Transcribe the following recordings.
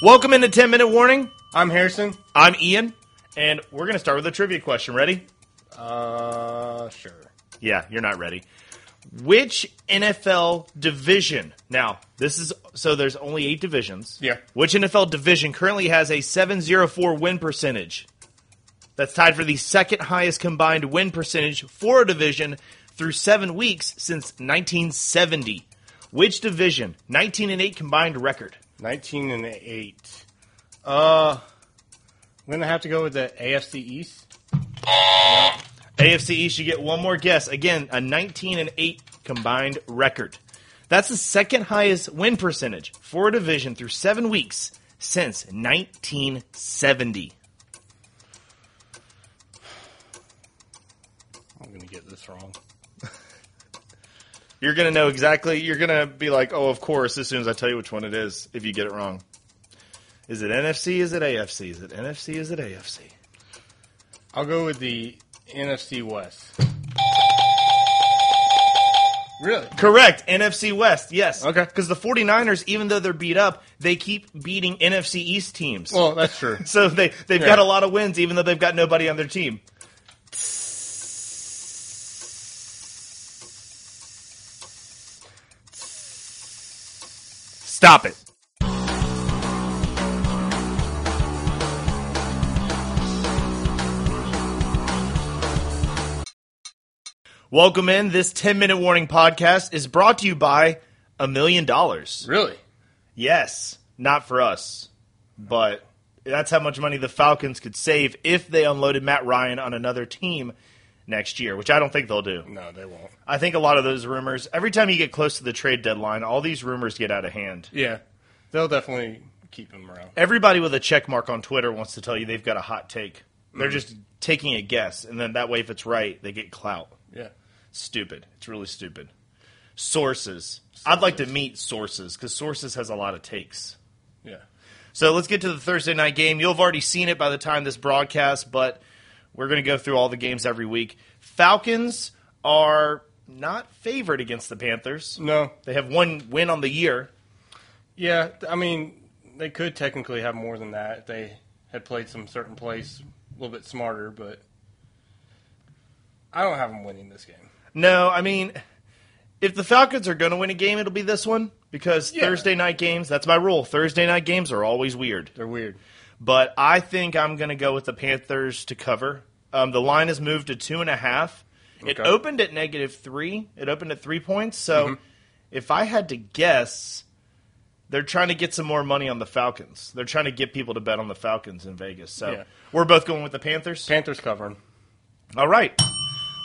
Welcome into 10 Minute Warning. I'm Harrison. I'm Ian, and we're going to start with a trivia question. Ready? Uh, sure. Yeah, you're not ready. Which NFL division? Now, this is so there's only eight divisions. Yeah. Which NFL division currently has a 704 win percentage? That's tied for the second highest combined win percentage for a division through seven weeks since 1970. Which division? 19 and 8 combined record. 19 and 8. Uh, I'm going to have to go with the AFC East. AFC East, you get one more guess. Again, a 19 and 8 combined record. That's the second highest win percentage for a division through seven weeks since 1970. I'm going to get this wrong. You're going to know exactly. You're going to be like, oh, of course, as soon as I tell you which one it is if you get it wrong. Is it NFC? Is it AFC? Is it NFC? Is it AFC? I'll go with the NFC West. Really? Correct. NFC West, yes. Okay. Because the 49ers, even though they're beat up, they keep beating NFC East teams. Well, that's true. So they they've Yeah. got a lot of wins, even though they've got nobody on their team. Stop it. Welcome in. This 10 minute warning podcast is brought to you by a million dollars. Really? Yes, not for us, but that's how much money the Falcons could save if they unloaded Matt Ryan on another team next year, which I don't think they'll do. No, they won't. I think a lot of those rumors, every time you get close to the trade deadline, all these rumors get out of hand. Yeah. They'll definitely keep him around. Everybody with a check mark on Twitter wants to tell you they've got a hot take. They're just taking a guess, and then that way, if it's right, they get clout. Yeah. Stupid. It's really stupid. Sources. I'd like to meet sources because sources has a lot of takes. Yeah. So let's get to the Thursday night game. You'll have already seen it by the time this broadcast, but we're going to go through all the games every week. Falcons are not favored against the Panthers. No. They have one win on the year. Yeah. I mean, they could technically have more than that if they had played some certain place a little bit smarter, but I don't have them winning this game. No, I mean, if the Falcons are going to win a game, it'll be this one because Yeah. Thursday night games, that's my rule. Thursday night games are always weird. They're weird. But I think I'm going to go with the Panthers to cover. Um, the line has moved to two and a half. It Okay. Mm-hmm. opened at negative three. It opened at three points. So if I had to guess, they're trying to get some more money on the Falcons. They're trying to get people to bet on the Falcons in Vegas. So Yeah. we're both going with the Panthers. Panthers covering. All right.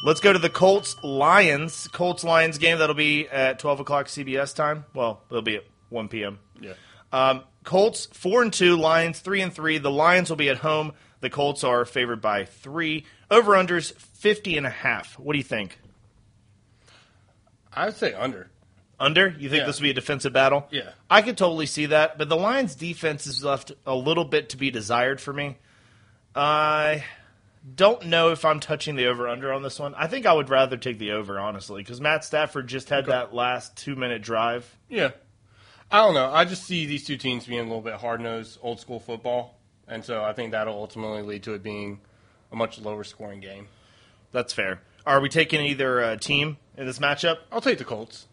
Let's go to the Colts Lions. Colts Lions game. That'll be at 12 o'clock CBS time. Well, it'll be at 1 p.m. Yeah. Um, Colts four and two, Lions three and three. The Lions will be at home. The Colts are favored by three. Over unders 50 and a half. What do you think? I would say under. Under? You think Yeah. this will be a defensive battle? Yeah. I could totally see that, but the Lions defense is left a little bit to be desired for me. I don't know if I'm touching the over under on this one. I think I would rather take the over, honestly, because Matt Stafford just had that last two minute drive. Yeah. I don't know. I just see these two teams being a little bit hard nosed, old school football. And so I think that'll ultimately lead to it being a much lower scoring game. That's fair. Are we taking either uh, team in this matchup? I'll take the Colts.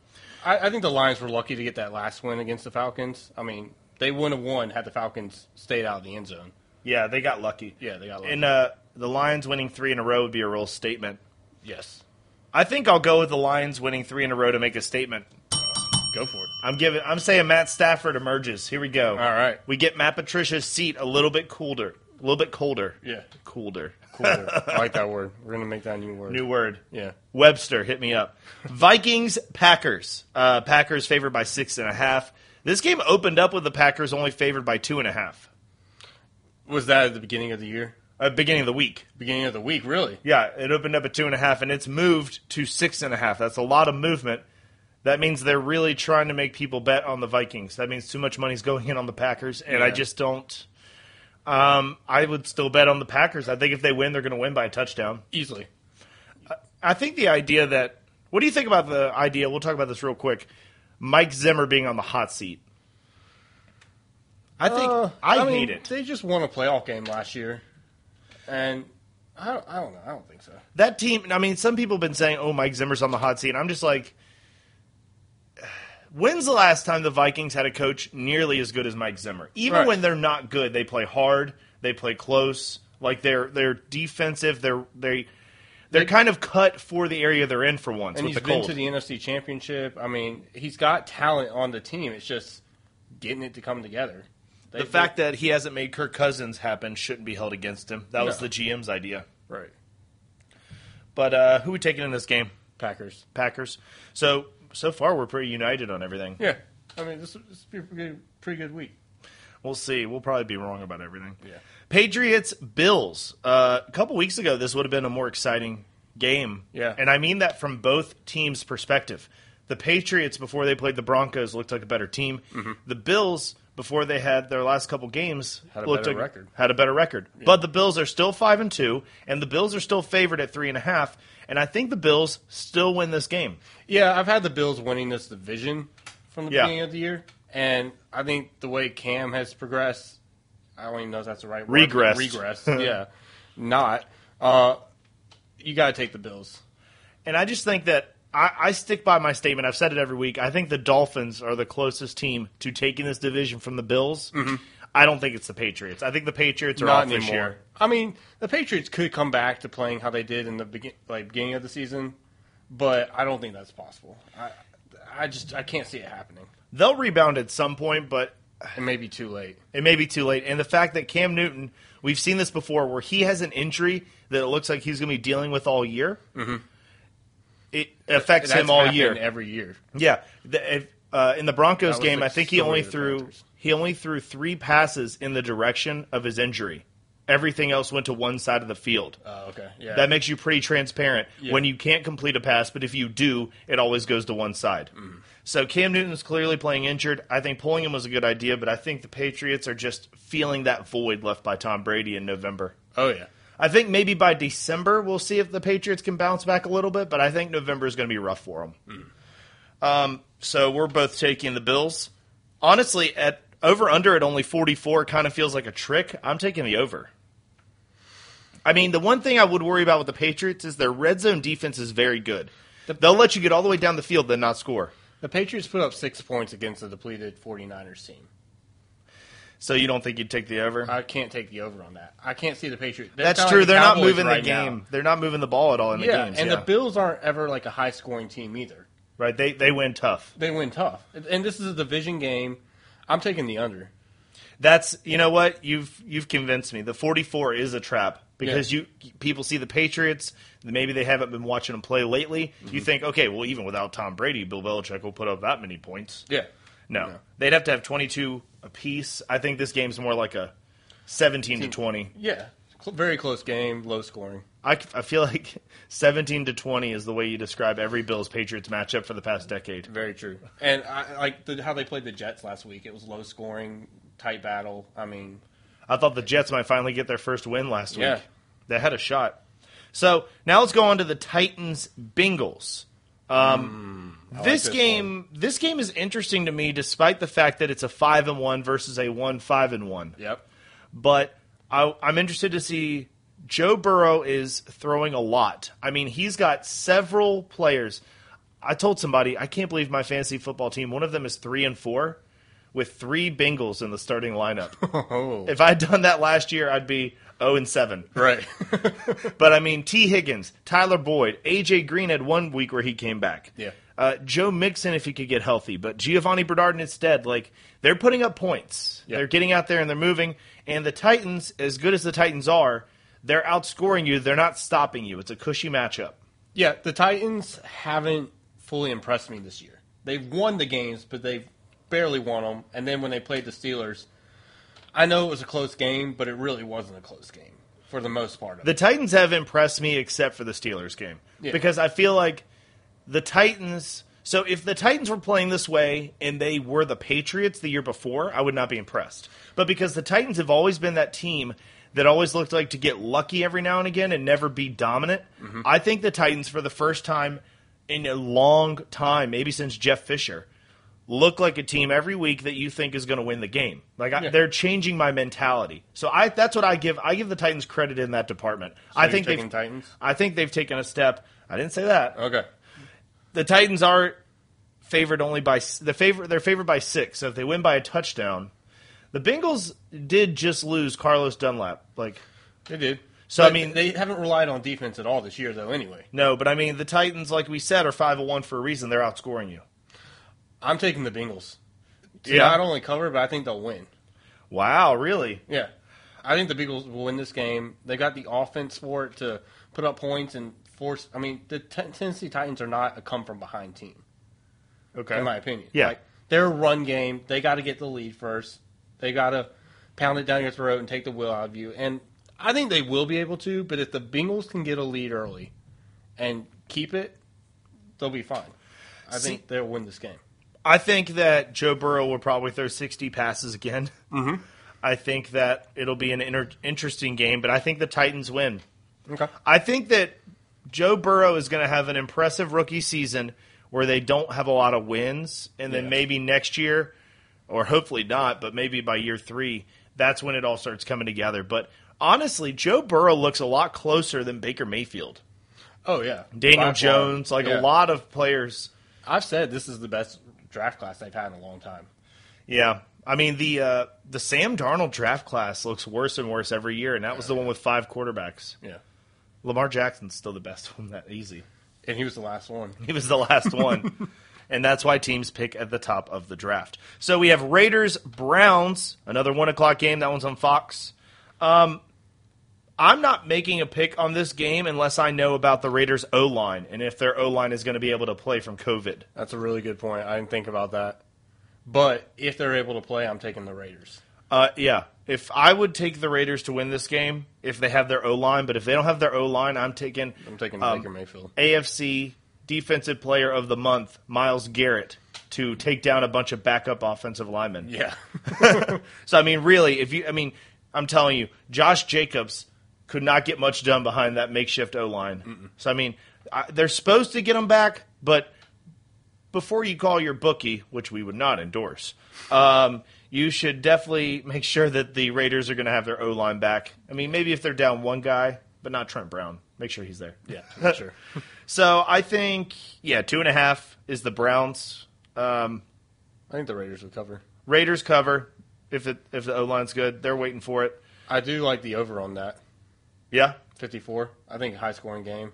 I, I think the Lions were lucky to get that last win against the Falcons. I mean, they wouldn't have won had the Falcons stayed out of the end zone. Yeah, they got lucky. Yeah, they got lucky. And uh, the Lions winning three in a row would be a real statement. yes. I think I'll go with the Lions winning three in a row to make a statement. Go for it. I'm giving. I'm saying Matt Stafford emerges. Here we go. All right. We get Matt Patricia's seat a little bit colder. A little bit colder. Yeah. Colder. Cool. I like that word. We're going to make that a new word. New word. yeah. Webster, hit me up. Vikings, Packers. Uh, Packers favored by six and a half. This game opened up with the Packers only favored by two and a half. Was that at the beginning of the year? At beginning of the week. Beginning of the week, really? Yeah, it opened up at two and a half, and it's moved to six and a half. That's a lot of movement. That means they're really trying to make people bet on the Vikings. That means too much money's going in on the Packers, and I Yeah. just don't. Um, I would still bet on the Packers. I think if they win, they're going to win by a touchdown. Easily. I think the idea that. What do you think about the idea? We'll talk about this real quick. Mike Zimmer being on the hot seat. I think Uh, I, mean, need it. They just won a playoff game last year, and I don't, I don't know. I don't think so. that team. I mean, some people have been saying, "Oh, Mike Zimmer's on the hot seat." And I'm just like, when's the last time the Vikings had a coach nearly as good as Mike Zimmer? Even Right. when they're not good, they play hard, they play close. Like they're they're defensive. They're they they're kind of cut for the area they're in for once And with he's the been cold. to the NFC Championship. I mean, he's got talent on the team. It's just getting it to come together. They, the fact that he hasn't made Kirk Cousins happen shouldn't be held against him. That was No. the GM's idea. right But uh, who we taking in this game? Packers. Packers. So so far we're pretty united on everything. Yeah, I mean this, this would be a pretty, pretty good week. We'll see. We'll probably be wrong about everything. Yeah. Patriots Bills. Uh, a couple weeks ago, this would have been a more exciting game. Yeah. and I mean that from both teams' perspective. The Patriots before they played the Broncos looked like a better team. Mm-hmm. The Bills before they had their last couple games Had a looked better like- record. had a better record. But the Bills are still five and two, and the Bills are still favored at three and a half. And I think the Bills still win this game. Yeah, I've had the Bills winning this division from the Yeah. beginning of the year, and I think the way Cam has progressed, I don't even know if that's the right word. Regressed. Regress. yeah, not. Uh, you got to take the Bills. And I just think that I, I stick by my statement. I've said it every week. I think the Dolphins are the closest team to taking this division from the Bills. I don't think it's the Patriots. I think the Patriots are Mm-hmm. Not off anymore. this year. I mean, the Patriots could come back to playing how they did in the begin- like beginning of the season, but I don't think that's possible. I, I just I can't see it happening. They'll rebound at some point, but It may be too late. it may be too late. And the fact that Cam Newton, we've seen this before, where he has an injury that it looks like he's going to be dealing with all year. Mm-hmm. It affects That's him all happened year. every year. Yeah, the, if, uh, in the Broncos That was game, the I think he story only of the threw Panthers. he only threw three passes in the direction of his injury. Everything else went to one side of the field. Oh, okay. Yeah. That makes you pretty transparent Yeah. when you can't complete a pass, but if you do, it always goes to one side. Mm-hmm. So Cam Newton's clearly playing injured. I think pulling him was a good idea, but I think the Patriots are just feeling that void left by Tom Brady in November. oh yeah. I think maybe by December we'll see if the Patriots can bounce back a little bit, but I think November is going to be rough for them. Hmm. Um, so we're both taking the Bills. Honestly, at over under at only 44 kind of feels like a trick. I'm taking the over. I mean, the one thing I would worry about with the Patriots is their red zone defense is very good. They'll let you get all the way down the field then not score. The Patriots put up six points against the depleted 49ers team. So you don't think you'd take the over? I can't take the over on that. I can't see the Patriots. That's kinda true. like the They're not Cowboys moving right the now. game. They're not moving the ball at all in the yeah, games. and yeah. the Bills aren't ever like a high scoring team either. right? They they win tough. They win tough, and this is a division game. I'm taking the under. That's you know what you've you've convinced me. The 44 is a trap because you people see the Patriots. Maybe they haven't been watching them play lately. You think, okay, well, even without Tom Brady, Bill Belichick will put up that many points. Yeah, No, No. they'd have to have 22 apiece. I think this game's more like a 17 to 20. yeah. Cl- very close game, low scoring. I, c- I feel like 17 to 20 is the way you describe every Bills Patriots matchup for the past decade. Very true. And I like the, how they played the Jets last week. It was low scoring, tight battle. I mean, I thought the Jets might finally get their first win last Yeah. week. They had a shot. So now let's go on to the Titans Bengals. Um, this, Mm, this game, this game is interesting to me, despite the fact that it's a five and one versus a one five and one. yep. But I, I'm interested to see Joe Burrow is throwing a lot. I mean, he's got several players. I told somebody I can't believe my fantasy football team. One of them is three and four, with three Bengals in the starting lineup. Oh, If I'd done that last year, I'd be 0 and 7. right. But I mean, T. Higgins, Tyler Boyd, A.J. Green had one week where he came back. Yeah. Uh, Joe Mixon, if he could get healthy, but Giovanni Bernard instead, like, they're putting up points. Yeah. They're getting out there and they're moving. And the Titans, as good as the Titans are, they're outscoring you. They're not stopping you. It's a cushy matchup. yeah, the Titans haven't fully impressed me this year. They've won the games, but they've barely won them. And then when they played the Steelers, I know it was a close game, but it really wasn't a close game for the most part. Of it. The Titans have impressed me except for the Steelers game Yeah. because I feel like the Titans. So if the Titans were playing this way and they were the Patriots the year before, I would not be impressed. But because the Titans have always been that team that always looked like to get lucky every now and again and never be dominant, I think the Titans for the first time in a long time, maybe since Jeff Fisher, look like a team every week that you think is going to win the game. Like I, Yeah. they're changing my mentality. So I that's what I give I give the Titans credit in that department. I you're think taking they've Titans? I think they've taken a step. I didn't say that. Okay. The Titans are favored only by s- the favor they're favored by 6. So if they win by a touchdown, the Bengals did just lose Carlos Dunlap. Like They did. So, But I mean- they haven't relied on defense at all this year, though. Anyway, no, but I mean the Titans like we said are 501 for a reason. They're outscoring you. I'm taking the Bengals. To Yeah. Not only cover, but I think they'll win. Wow, really? Yeah, I think the Bengals will win this game. They got the offense for it to put up points and force. I mean, the t- Tennessee Titans are not a come from behind team, Okay. in my opinion. Yeah. like, they're a run game. They got to get the lead first. They got to pound it down your throat and take the will out of you. And I think they will be able to. But if the Bengals can get a lead early and keep it, they'll be fine. I See- think they'll win this game. I think that Joe Burrow will probably throw 60 passes again. Mm-hmm. I think that it'll be an inter- interesting game, but I think the Titans win. Okay. I think that Joe Burrow is going to have an impressive rookie season where they don't have a lot of wins, and then Yeah. maybe next year, or hopefully not, but maybe by year three, that's when it all starts coming together. But honestly, Joe Burrow looks a lot closer than Baker Mayfield, Oh yeah. By Daniel far. Jones, like Yeah. a lot of players. I've said this is the best draft class they've had in a long time. Yeah. I mean the uh, the Sam Darnold draft class looks worse and worse every year, and that was the one with five quarterbacks. Yeah. Lamar Jackson's still the best one that easy. And he was the last one. He was the last one, and that's why teams pick at the top of the draft. So we have Raiders Browns, another one o'clock game. That one's on Fox. Um, I'm not making a pick on this game unless I know about the Raiders O line and if their O line is going to be able to play from COVID. That's a really good point. I didn't think about that. But if they're able to play, I'm taking the Raiders. Uh, yeah. If I would take the Raiders to win this game, if they have their O line, but if they don't have their O line, I'm taking I'm taking Um, Baker Mayfield. AFC Defensive Player of the Month, Miles Garrett, to take down a bunch of backup offensive linemen. Yeah. So I mean, really, if you, I mean, I'm telling you, Josh Jacobs could not get much done behind that makeshift O line. So I mean, I, they're supposed to get him back, but before you call your bookie, which we would not endorse, um, you should definitely make sure that the Raiders are going to have their O line back. I mean, maybe if they're down one guy, but not Trent Brown, make sure he's there. yeah, for sure. So I think, yeah, two and a half is the Browns. I think the Raiders would cover. Raiders cover if it if the O line's good. They're waiting for it. I do like the over on that. Yeah, 54. I think high scoring game.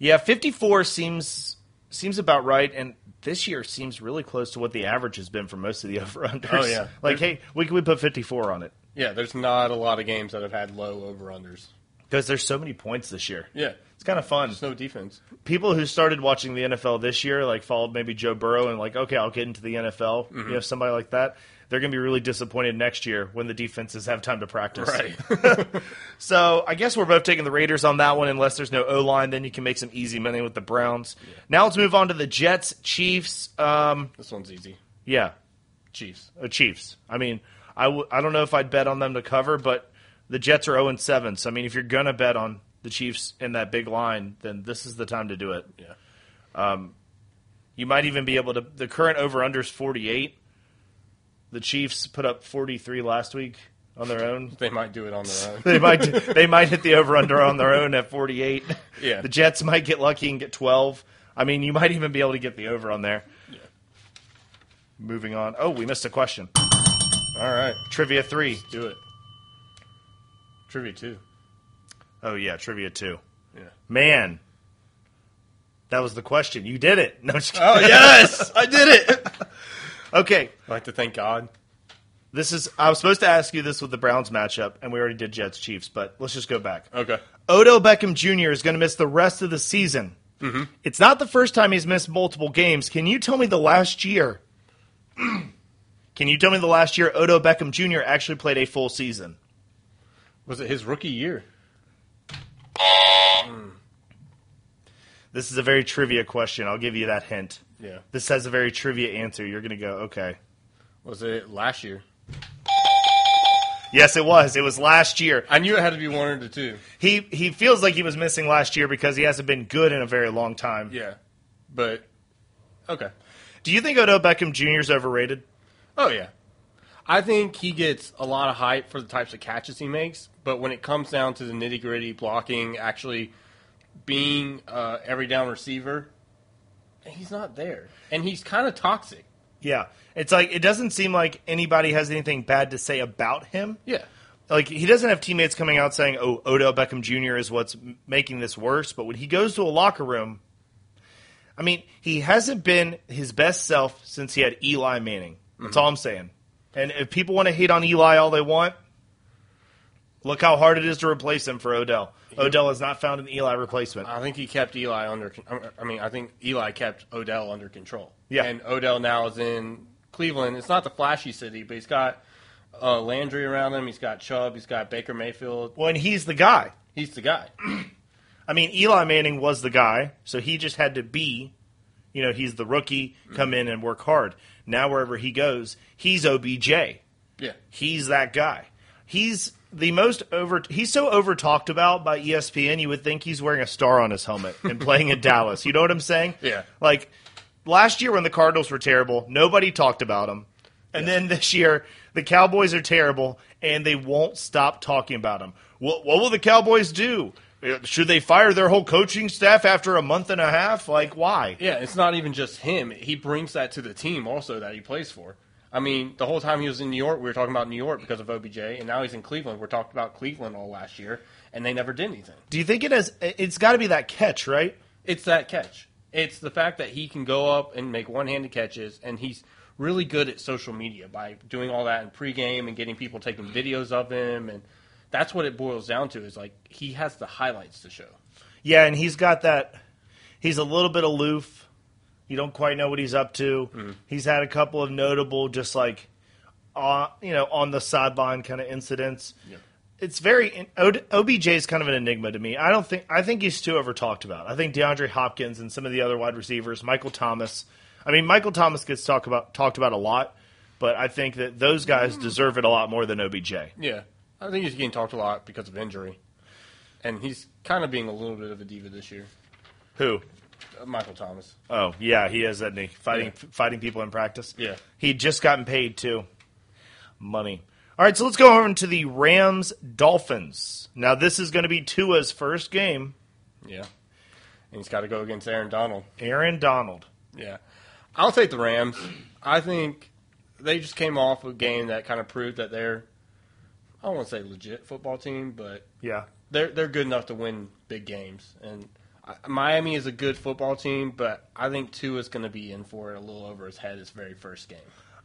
Yeah, 54 seems seems about right and this year seems really close to what the average has been for most of the over unders. Oh, yeah. Like hey, we can we put 54 on it Yeah, there's not a lot of games that have had low over unders. because there's so many points this year. Yeah. It's kind of fun. There's no defense. People who started watching the NFL this year like followed maybe Joe Burrow and like okay, I'll get into the NFL. Mm-hmm. You know, somebody like that. They're going to be really disappointed next year when the defenses have time to practice. So I guess we're both taking the Raiders on that one, unless there's no O line. Then you can make some easy money with the Browns. Now let's move on to the Jets, Chiefs. Um, this one's easy. Yeah, Chiefs. uh, Chiefs. I mean, I w- I don't know if I'd bet on them to cover, but the Jets are 0 7. So, I mean, if you're going to bet on the Chiefs in that big line, then this is the time to do it. Yeah. You might even be able to. The current over under is 48. The Chiefs put up 43 last week on their own. They might do it on their own. They might they might hit the over under on their own at 48. Yeah. The Jets might get lucky and get 12. I mean, you might even be able to get the over on there. Moving on. Oh, we missed a question. All right. Trivia 3. Do it. Trivia two. Oh yeah, trivia two. Yeah. Man, that was the question. You did it. No, I'm just kidding. Oh yes, I did it. okay. I'd like to thank God. This is. I was supposed to ask you this with the Browns matchup, and we already did Jets Chiefs, but let's just go back. Okay. Odo Beckham Jr. is going to miss the rest of the season. Mm-hmm. It's not the first time he's missed multiple games. Can you tell me the last year? Can you tell me the last year Odo Beckham Jr. actually played a full season? Was it his rookie year? This is a very trivia question. I'll give you that hint. Yeah. This has a very trivia answer. You're going to go, okay. Was it last year? Yes, it was. It was last year. I knew it had to be one or the two. He he feels like he was missing last year because he hasn't been good in a very long time. Yeah. But okay. Do you think Odell Beckham Jr. is overrated? Oh yeah, I think he gets a lot of hype for the types of catches he makes, but when it comes down to the nitty gritty blocking, actually being uh, every down receiver, he's not there, and he's kind of toxic. Yeah. It's like it doesn't seem like anybody has anything bad to say about him. Yeah, Like he doesn't have teammates coming out saying, "Oh, Odell Beckham Jr. is what's m- making this worse." But when he goes to a locker room, I mean, he hasn't been his best self since he had Eli Manning. That's all I'm saying. And if people want to hate on Eli all they want, look how hard it is to replace him for Odell. Odell has not found an Eli replacement. I think he kept Eli under. uh, I mean, I think Eli kept Odell under control. Yeah. and Odell now is in Cleveland. It's not the flashy city, but he's got uh, Landry around him. He's got Chubb. He's got Baker Mayfield. Well, and he's the guy. He's the guy. I mean, Eli Manning was the guy, so he just had to be, you know, he's the rookie, come in and work hard. Now, wherever he goes, he's OBJ. Yeah, He's that guy. He's the most over, he's so over talked about by E ESPN, you would think he's wearing a star on his helmet and playing in Dallas. You know what I'm saying? Yeah. Like last year when the Cardinals were terrible, nobody talked about him. And then this year, the Cowboys are terrible, and they won't stop talking about him. What, what will the Cowboys do? Uh, Should they fire their whole coaching staff after a month and a half? Like, why? yeah. It's not even just him. He brings that to the team also that he plays for. I mean, the whole time he was in New York, we were talking about New York because of OBJ, and now he's in Cleveland. We're talking about Cleveland all last year, and they never did anything. Do you think it has? It's got to be that catch, right? It's that catch. It's the fact that he can go up and make one-handed catches, and he's really good at social media by doing all that in pregame and getting people taking videos of him, and that's what it boils down to. Is like he has the highlights to show. Yeah, and he's got that. He's a little bit aloof. You don't quite know what he's up to. He's had a couple of notable, just like, uh, you know, on the sideline kind of incidents. It's very Od- OBJ is kind of an enigma to me. I don't think I think he's too over talked about. I think DeAndre Hopkins and some of the other wide receivers, Michael Thomas. I mean, Michael Thomas gets talked about talked about a lot, but I think that those guys deserve it a lot more than OBJ. Yeah, I think he's getting talked a lot because of injury, and he's kind of being a little bit of a diva this year. Who? Uh, Michael Thomas. Oh yeah, he is, isn't he? Fighting Yeah. f- fighting people in practice. Yeah. he just gotten paid too. Money. All right, so let's go over into the Rams Dolphins. Now this is going to be Tua's first game. Yeah, and he's got to go against Aaron Donald. Aaron Donald. Yeah. I'll take the Rams. I think they just came off a game that kind of proved that they're I don't want to say legit football team, but Yeah, they're they're good enough to win big games. And I, Miami is a good football team, but I think two is going to be in for it a little over his head his very first game.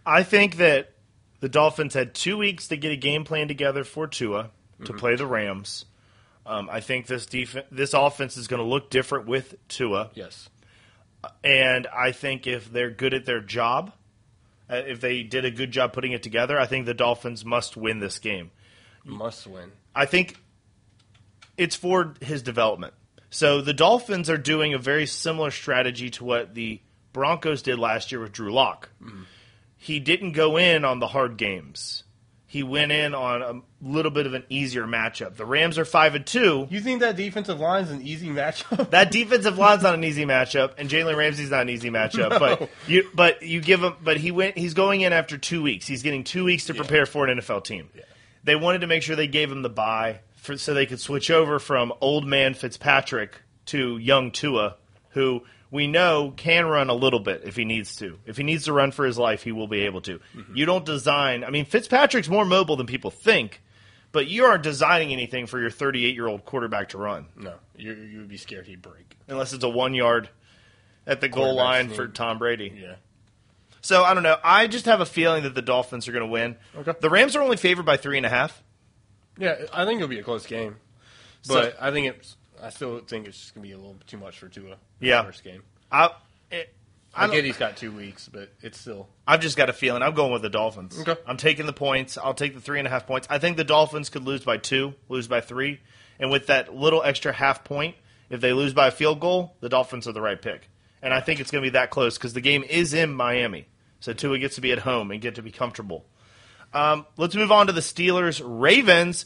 I think that the Dolphins had two weeks to get a game plan together for Tua to Mm-hmm. play the Rams. Um, I think this def- this offense is going to look different with Tua. Yes. And I think if they're good at their job, uh, if they did a good job putting it together, I think the Dolphins must win this game. Must win. I think it's for his development. So the Dolphins are doing a very similar strategy to what the Broncos did last year with Drew Lock. He didn't go in on the hard games. He went in on a little bit of an easier matchup. The Rams are five and two. You think that defensive line's an easy matchup? That defensive line's not an easy matchup, and Jalen Ramsey's not an easy matchup. But you, but you give him, but he went. He's going in after two weeks. He's getting two weeks to prepare for an NFL team. They wanted to make sure they gave him the bye for, so they could switch over from old man Fitzpatrick to young Tua, who we know can run a little bit if he needs to. If he needs to run for his life, he will be able to. You don't design. I mean, Fitzpatrick's more mobile than people think, but you aren't designing anything for your 38 year old quarterback to run no. You you would be scared he'd break. unless it's a one yard at the goal Quarterback line sneak. for Tom Brady. Yeah. So I don't know. I just have a feeling that the Dolphins are going to win. Okay. The Rams are only favored by three and a half. Yeah, I think it'll be a close game, but I think it's. I still think it's just gonna be a little too much for Tua. in the Yeah. first game. I, it, I, I get don't, he's got two weeks, but it's still. I've just got a feeling. I'm going with the Dolphins. Okay. I'm taking the points. I'll take the three and a half points. I think the Dolphins could lose by two, lose by three, and with that little extra half point, if they lose by a field goal, the Dolphins are the right pick. And I think it's going to be that close because the game is in Miami, so Tua gets to be at home and get to be comfortable. Um, let's move on to the Steelers Ravens.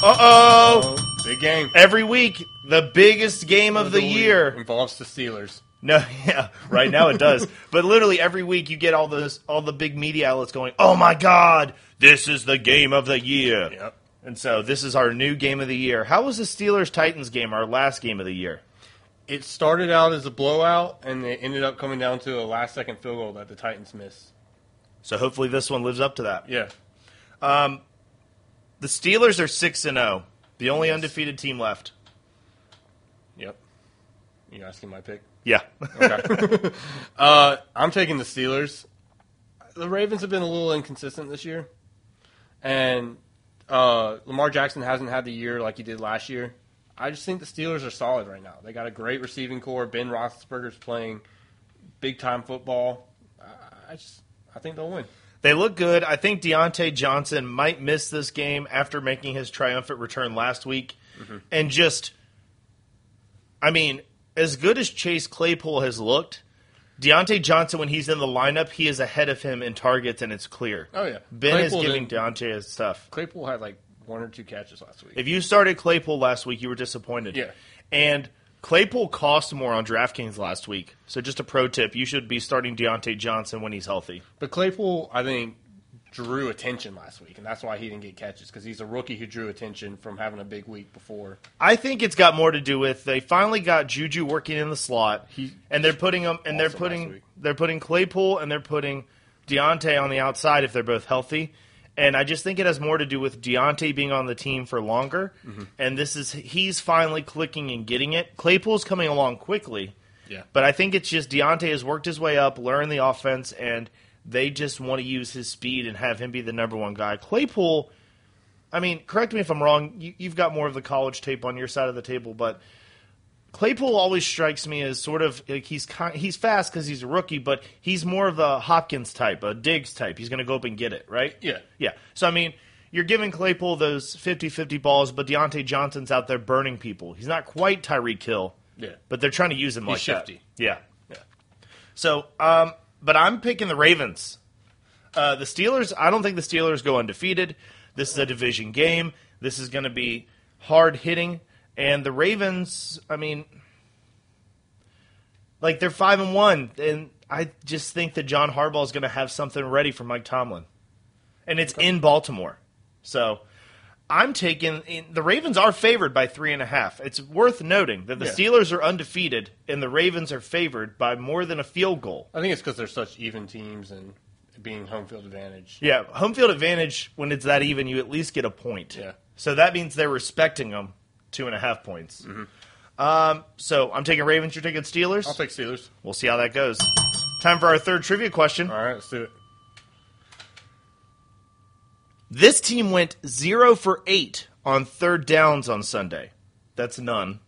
Uh oh! big game Every week, the biggest game of the week year. involves the Steelers. No, yeah, right now it does. but literally every week you get all those all the big media outlets going, "Oh my god, this is the game of the year." Yep. And so this is our new game of the year. How was the Steelers Titans game our last game of the year? It started out as a blowout, and it ended up coming down to a last second field goal that the Titans missed. So hopefully this one lives up to that. Yeah. The Steelers are 6 and 0, the only undefeated team left. Yep. You asking my pick? Yeah. Okay. uh, I'm taking the Steelers. The Ravens have been a little inconsistent this year, and uh, Lamar Jackson hasn't had the year like he did last year. I just think the Steelers are solid right now. They got a great receiving core. Ben Roethlisberger's playing big time football. I, I just I think they'll win. They look good. I think Deontay Johnson might miss this game after making his triumphant return last week. Mm-hmm. And just, I mean, as good as Chase Claypool has looked, Deontay Johnson, when he's in the lineup, he is ahead of him in targets, and it's clear. Oh, yeah. Ben Claypool is giving didn't- Deontay his stuff. Claypool had like one or two catches last week. If you started Claypool last week, you were disappointed. Yeah. And Claypool cost more on DraftKings last week. So just a pro tip, you should be starting Deontay Johnson when he's healthy. But Claypool, I think, drew attention last week, and that's why he didn't get catches because he's a rookie who drew attention from having a big week before. I think it's got more to do with they finally got Juju working in the slot, and they're putting him and they're Awesome last putting week. they're putting Claypool and they're putting Deontay on the outside if they're both healthy. And I just think it has more to do with Deontay being on the team for longer, Mm-hmm. and this is he's finally clicking and getting it. Claypool's coming along quickly, Yeah. but I think it's just Deontay has worked his way up, learned the offense, and they just want to use his speed and have him be the number one guy. Claypool, I mean, correct me if I'm wrong. You, you've got more of the college tape on your side of the table, but Claypool always strikes me as sort of like he's ki he's fast because he's a rookie, but he's more of the Hopkins type, a Diggs type. He's going to go up and get it, right? Yeah. yeah. So I mean. You're giving Claypool those 50-50 balls, but Deontay Johnson's out there burning people. He's not quite Tyreek Hill, Yeah. but they're trying to use him like that. shifty. Yeah. Yeah. So, um, but I'm picking the Ravens. Uh, the Steelers. I don't think the Steelers go undefeated. This is a division game. This is going to be hard hitting, and the Ravens. I mean, like they're five and one, and I just think that John Harbaugh is going to have something ready for Mike Tomlin, and it's in Baltimore. So I'm taking in, the Ravens are favored by three and a half. It's worth noting that the Yeah. Steelers are undefeated, and the Ravens are favored by more than a field goal. I think it's because they're such even teams and being home field advantage. Yeah, home field advantage when it's that even, you at least get a point. Yeah. So that means they're respecting them two and a half points. Um, so I'm taking Ravens. You're taking Steelers. Mm-hmm. I'll take Steelers. we'll see how that goes. Time for our third trivia question. All right, let's do it. This team went zero for eight on third downs on Sunday. That's none.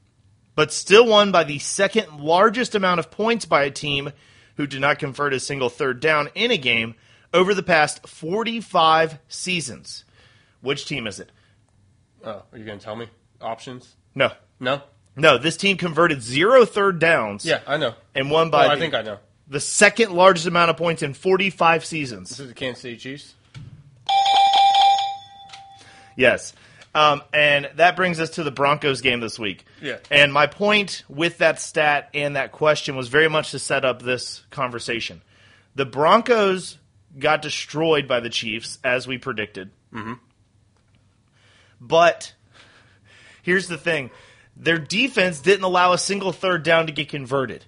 But still won by the second largest amount of points by a team who did not convert a single third down in a game over the past 45 seasons. Which team is it? Oh, are you going to tell me options? No. No. No, this team converted zero third downs Yeah, I know. and won Oh, by I the, think I know. the second largest amount of points in 45 seasons. This is the Kansas City Chiefs. Yes. Um, and that brings us to the Broncos game this week. Yeah. And my point with that stat and that question was very much to set up this conversation. The Broncos got destroyed by the Chiefs, as we predicted. Mm-hmm. But here's the thing their defense didn't allow a single third down to get converted.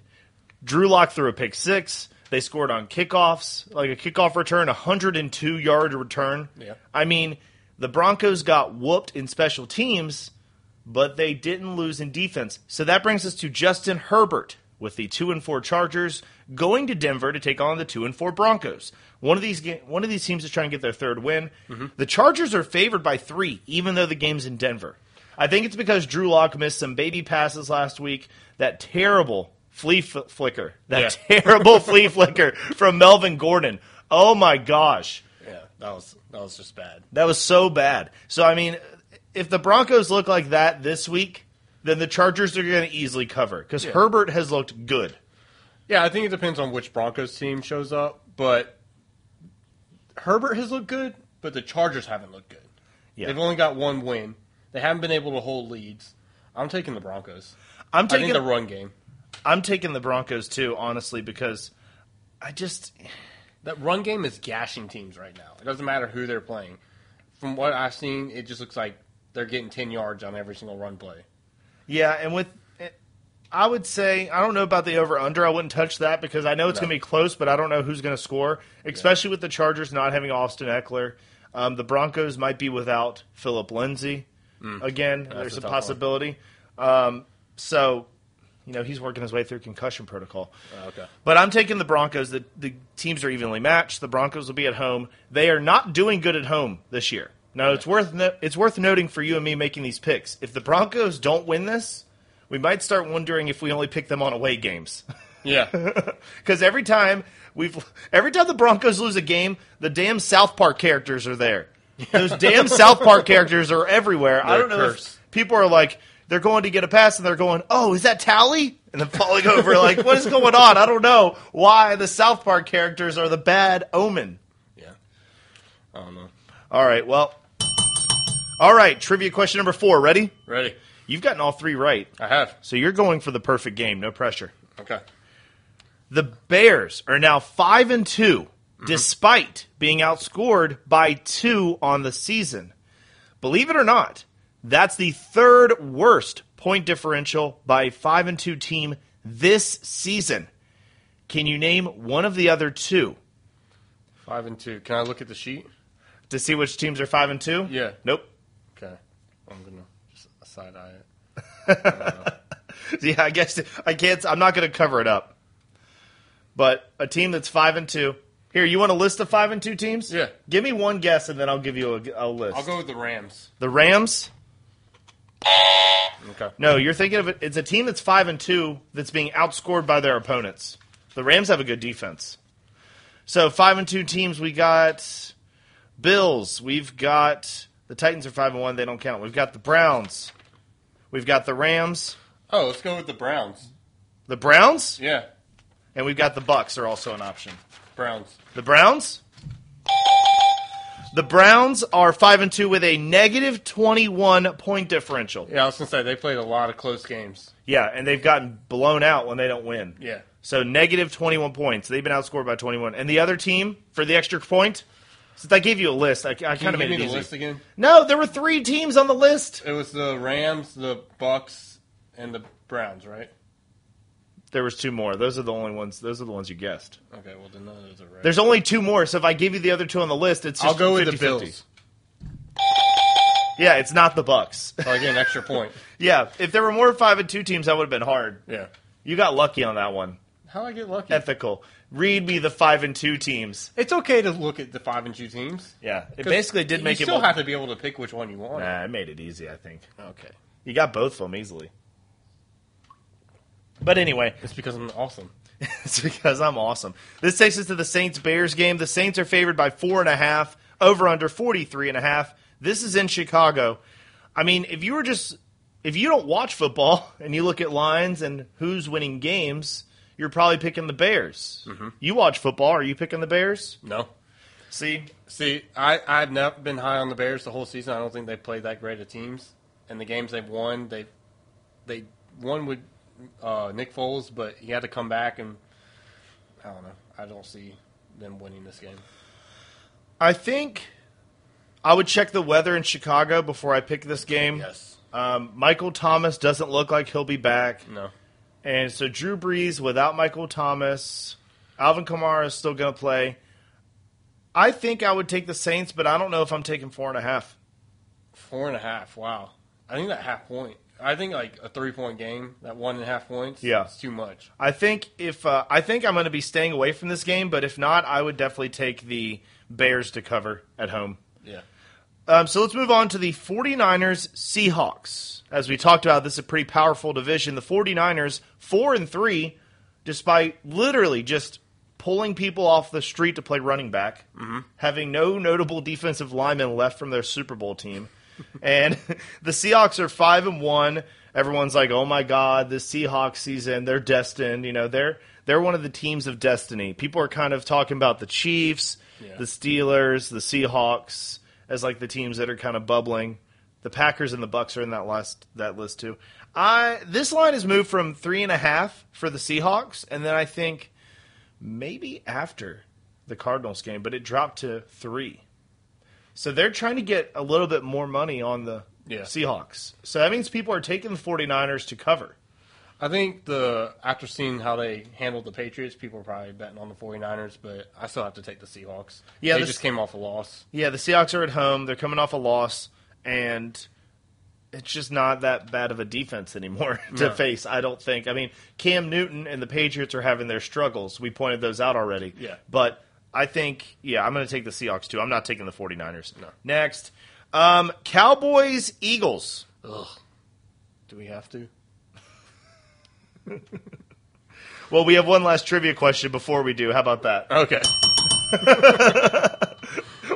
Drew Lock threw a pick six. They scored on kickoffs, like a kickoff return, a 102 yard return. Yeah. I mean, the Broncos got whooped in special teams, but they didn't lose in defense. So that brings us to Justin Herbert with the 2 and 4 Chargers going to Denver to take on the 2 and 4 Broncos. One of these ga- one of these teams is trying to get their third win. The Chargers are favored by 3 even though the game's in Denver. I think it's because Drew Lock missed some baby passes last week. That terrible flea f- flicker, that terrible flea flicker from Melvin Gordon. Oh my gosh. Yeah, that was that was just bad. That was so bad. So I mean, if the Broncos look like that this week, then the Chargers are going to easily cover because Herbert has looked good. Yeah, I think it depends on which Broncos team shows up, but Herbert has looked good, but the Chargers haven't looked good. Yeah. They've only got one win. They haven't been able to hold leads. I'm taking the Broncos. I'm i think taking the run game. I'm taking the Broncos too, honestly, because I just That run game is gashing teams right now. It doesn't matter who they're playing. From what I've seen, it just looks like they're getting 10 yards on every single run play. yeah, and with I would say I don't know about the over under. I wouldn't touch that because I know it's No. going to be close, but I don't know who's going to score, especially with the Chargers not having Austin Eckler. Um, the Broncos might be without Philip Lindsay again. There's Mm. a a tough one. possibility. Um, so, you know, he's working his way through concussion protocol. okay. But I'm taking the Broncos. The, the teams are evenly matched. The Broncos will be at home. They are not doing good at home this year. Now it's worth no, it's worth noting for you and me making these picks. If the Broncos don't win this, we might start wondering if we only pick them on away games. Yeah. Because every time we've every time the Broncos lose a game, the damn South Park characters are there. Those damn South Park characters are everywhere. I They're don't know cursed. if people are like they're going to get a pass and they're going, "Oh, is that Tally?" and then falling over like, "What is going on?" I don't know why the South Park characters are the bad omen. yeah. I don't know. All right, well, all right. Trivia question number four. Ready? Ready? You've gotten all three right, I have. so you're going for the perfect game. No pressure. Okay. The Bears are now five and 2 despite being outscored by two on the season. Believe it or not, that's the third worst point differential by a five and two team this season. Can you name one of the other two Five and two. Can I look at the sheet? to see which teams are five and two? Yeah. Nope. Okay. I'm going to just side eye it. Yeah, I guess I can't. I'm not going to cover it up. But a team that's five and two. Here, you want to list the five and two teams? Yeah. Give me one guess, and then I'll give you a, a list. I'll go with the Rams. The Rams? Okay. No, you're thinking of it. It's a team that's five and two that's being outscored by their opponents. The Rams have a good defense. So five and two teams. We got Bills. We've got the Titans are five and one. They don't count. We've got the Browns. We've got the Rams. Oh, let's go with the Browns. The Browns Yeah. and we've got the Bucks are also an option. Browns. The Browns. The Browns are five and two with a negative twenty-one point differential. Yeah, I was going to say they played a lot of close games. Yeah, and they've gotten blown out when they don't win. Yeah. So negative 21 points. They've been outscored by 21. And the other team for the extra point, since I gave you a list, I, I kind Can of made you give me it the easy. list again? No, there were three teams on the list. It was the Rams, the Bucks, and the Browns, right? There was two more. Those are the only ones. Those are the ones you guessed. Okay, well then none of those are right. There's only two more. So if I give you the other two on the list, it's just I'll go with the 50-50. Bills. Yeah, it's not the Bucks. So I get an extra point. yeah, if there were more five and two teams, that would have been hard. Yeah. You got lucky on that one. How do I get lucky? Ethical. Read me the five and two teams. It's okay to look at the five and two teams. Yeah, it 'Cause basically did make you it. still More... have to be able to pick which one you want. Nah, I made it easy. I think. Okay. You got both of them easily. But anyway, It's because I'm awesome. it's because I'm awesome. This takes us to the Saints Bears game. The Saints are favored by four and a half, over under 43 and a half. This is in Chicago. I mean, if you were just, if you don't watch football and you look at lines and who's winning games, you're probably picking the Bears. You watch football. Are you picking the Bears? No. See, See, I, I've never been high on the Bears the whole season. I don't think they played that great of teams. And the games they've won, they they won with uh, Nick Foles, but he had to come back and I don't know. I don't see them winning this game. I think I would check the weather in Chicago before I pick this game. Yes. Um, Michael Thomas doesn't look like he'll be back. No. And so Drew Brees without Michael Thomas, Alvin Kamara is still going to play. I think I would take the Saints, but I don't know if I'm taking four and a half. Four and a half. Wow. I think that half point. I think like a three point game, that one and a half points. Yeah. It's too much. I think if uh, I think I'm going to be staying away from this game, but if not, I would definitely take the Bears to cover at home. Yeah. Um, so let's move on to the 49ers Seahawks. As we talked about, this is a pretty powerful division. The 49ers, 4 and 3, despite literally just pulling people off the street to play running back, having no notable defensive linemen left from their Super Bowl team. and the Seahawks are 5 and 1. Everyone's like, "Oh my god, this Seahawks season, they're destined, you know, they're they're one of the teams of destiny." People are kind of talking about the Chiefs, Yeah. the Steelers, the Seahawks as like the teams that are kind of bubbling. The Packers and the Bucks are in that last that list too. I this line has moved from three and a half for the Seahawks, and then I think maybe after the Cardinals game, but it dropped to three. So they're trying to get a little bit more money on the Yeah. Seahawks. So that means people are taking the 49ers to cover. I think the after seeing how they handled the Patriots, people are probably betting on the 49ers, but I still have to take the Seahawks. Yeah, they this- just came off a loss. Yeah, the Seahawks are at home. They're coming off a loss, and it's just not that bad of a defense anymore to No. face, I don't think. I mean, Cam Newton and the Patriots are having their struggles. We pointed those out already. Yeah. But I think, yeah, I'm going to take the Seahawks too. I'm not taking the 49ers. No. Next, um, Cowboys, Eagles. Ugh. Do we have to? Well, we have one last trivia question before we do. How about that? Okay.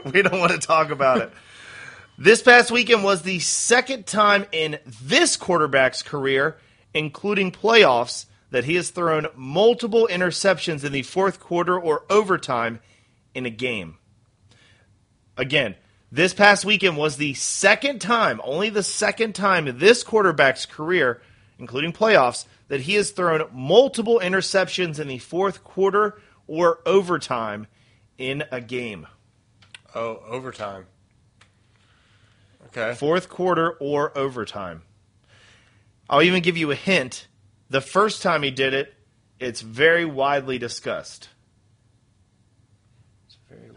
we don't want to talk about it. This past weekend was the second time in this quarterback's career, including playoffs, that he has thrown multiple interceptions in the fourth quarter or overtime in a game. Again, this past weekend was the second time, only the second time in this quarterback's career, including playoffs, that he has thrown multiple interceptions in the fourth quarter or overtime in a game. Oh, overtime. Okay. fourth quarter or overtime. I'll even give you a hint. The first time he did it, it's very widely discussed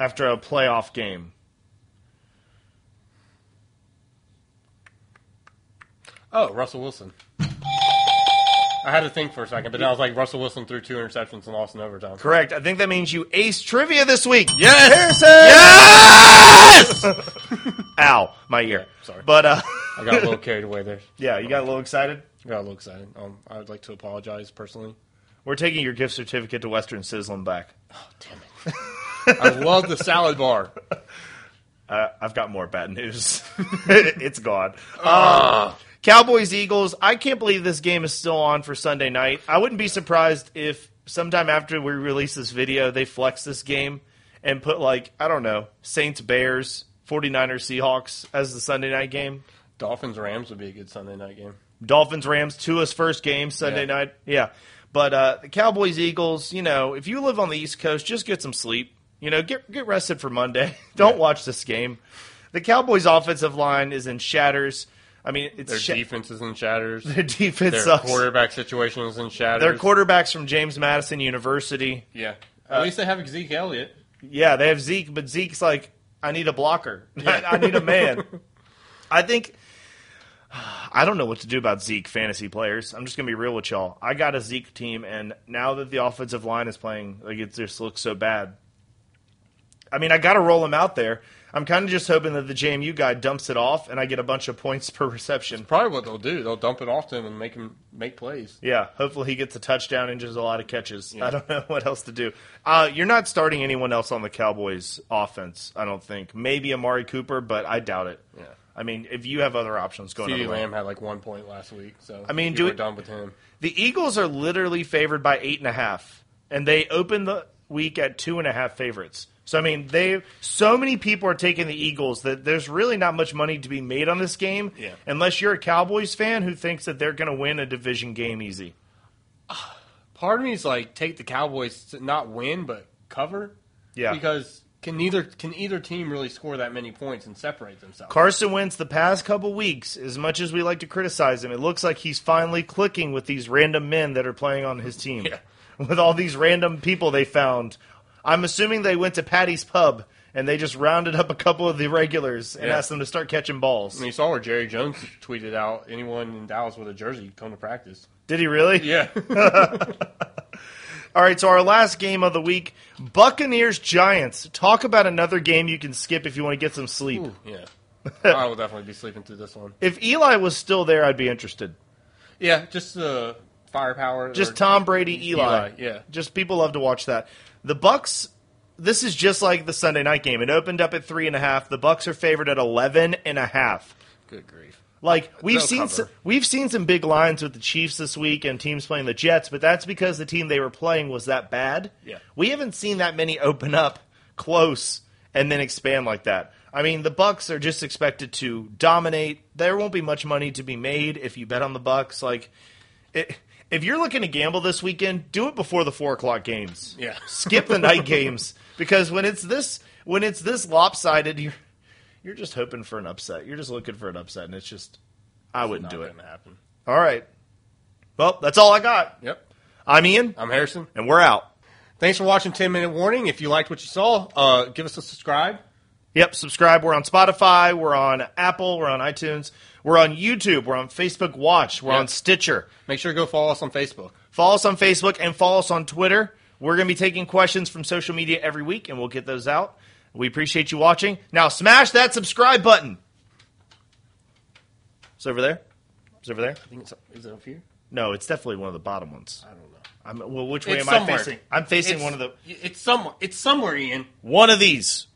after a playoff game. Oh, Russell Wilson. I had to think for a second, but then I was like, Russell Wilson threw two interceptions and lost in overtime. Correct. I think that means you ace trivia this week. Yes! Yes! Ow, my ear. Sorry. But uh, I got a little carried away there. yeah, you got a little excited. I got a little excited. Um, I would like to apologize personally. We're taking your gift certificate to Western Sizzling back. Damn it. I love the salad bar. Uh, I've got more bad news. it's gone. Uh, Cowboys Eagles. I can't believe this game is still on for Sunday night. I wouldn't be surprised if sometime after we release this video, they flex this game and put like I don't know Saints Bears 49ers Seahawks as the Sunday night game. Dolphins Rams would be a good Sunday night game. Dolphins Rams Tua's first game Sunday Yeah. night. Yeah, but uh, the Cowboys Eagles. You know, if you live on the East Coast, just get some sleep. You know, get get rested for Monday. Don't watch this game. The Cowboys' offensive line is in shatters. I mean, it's Their sha- defense is in shatters. their defense Their sucks. quarterback situation is in shatters. their Uh, quarterbacks from James Madison University. yeah. At least they have Zeke Elliott. Yeah, they have Zeke, but Zeke's like, I need a blocker. I, I need a man. I think I don't know what to do about Zeke fantasy players. I'm just gonna be real with y'all. I got a Zeke team, and now that the offensive line is playing, like it just looks so bad. I mean, I got to roll him out there. I'm kind of just hoping that the JMU guy dumps it off, and I get a bunch of points per reception. Probably what they'll do. They'll dump it off to him and make him make plays. Yeah, hopefully he gets a touchdown and just a lot of catches. I don't know what else to do. Uh, you're not starting anyone else on the Cowboys' offense, I don't think. Maybe Amari Cooper, but I doubt it. Yeah. I mean, if you have other options going CeeDee on, Lamb had like one point last week, so I mean, people do are it- done with him. the Eagles are literally favored by eight and a half, and they opened the week at two and a half favorites. So I mean, they so many people are taking the Eagles that there's really not much money to be made on this game, Yeah. unless you're a Cowboys fan who thinks that they're going to win a division game easy. Part of me is like take the Cowboys to not win but cover. Yeah. Because can neither can either team really score that many points and separate themselves? Carson Wentz, the past couple weeks, as much as we like to criticize him, it looks like he's finally clicking with these random men that are playing on his team. Yeah. With all these random people they found. I'm assuming they went to Patty's Pub and they just rounded up a couple of the regulars and Yeah. asked them to start catching balls. And you saw where Jerry Jones tweeted out anyone in Dallas with a jersey come to practice. Did he really? Yeah. All right, so our last game of the week Buccaneers Giants. Talk about another game you can skip if you want to get some sleep. yeah. I will definitely be sleeping through this one. If Eli was still there, I'd be interested. Yeah, just the firepower. just or- Tom Brady, Eli. Eli, yeah. just people love to watch that. The Bucks. This is just like the Sunday night game. It opened up at three and a half. The Bucks are favored at eleven and a half. Good grief. Like we've They'll seen, cover. some, we've seen some big lines with the Chiefs this week and teams playing the Jets, but that's because the team they were playing was that bad. Yeah. we haven't seen that many open up close and then expand like that. I mean, the Bucks are just expected to dominate. There won't be much money to be made if you bet on the Bucks. Like, it, if you're looking to gamble this weekend, do it before the four o'clock games. Yeah. skip the night games because when it's this when it's this lopsided, you're you're just hoping for an upset. You're just looking for an upset, and it's just I wouldn't Not do it. gonna happen. All right. Well, that's all I got. Yep. I'm Ian, I'm Harrison. and we're out. Thanks for watching 10 Minute Warning. If you liked what you saw, uh, give us a subscribe. Yep, subscribe. We're on Spotify. We're on Apple. We're on iTunes. We're on YouTube. We're on Facebook Watch. We're Yep. on Stitcher. Make sure to go follow us on Facebook. Follow us on Facebook and follow us on Twitter. We're going to be taking questions from social media every week, and we'll get those out. We appreciate you watching. Now, smash that subscribe button. It's over there. It's over there. I think it's up, is it up here? No, it's definitely one of the bottom ones. I don't know. I'm, well, which way am It's I somewhere. facing? I'm facing It's- one of the It's somewhere. It's somewhere, Ian. one of these.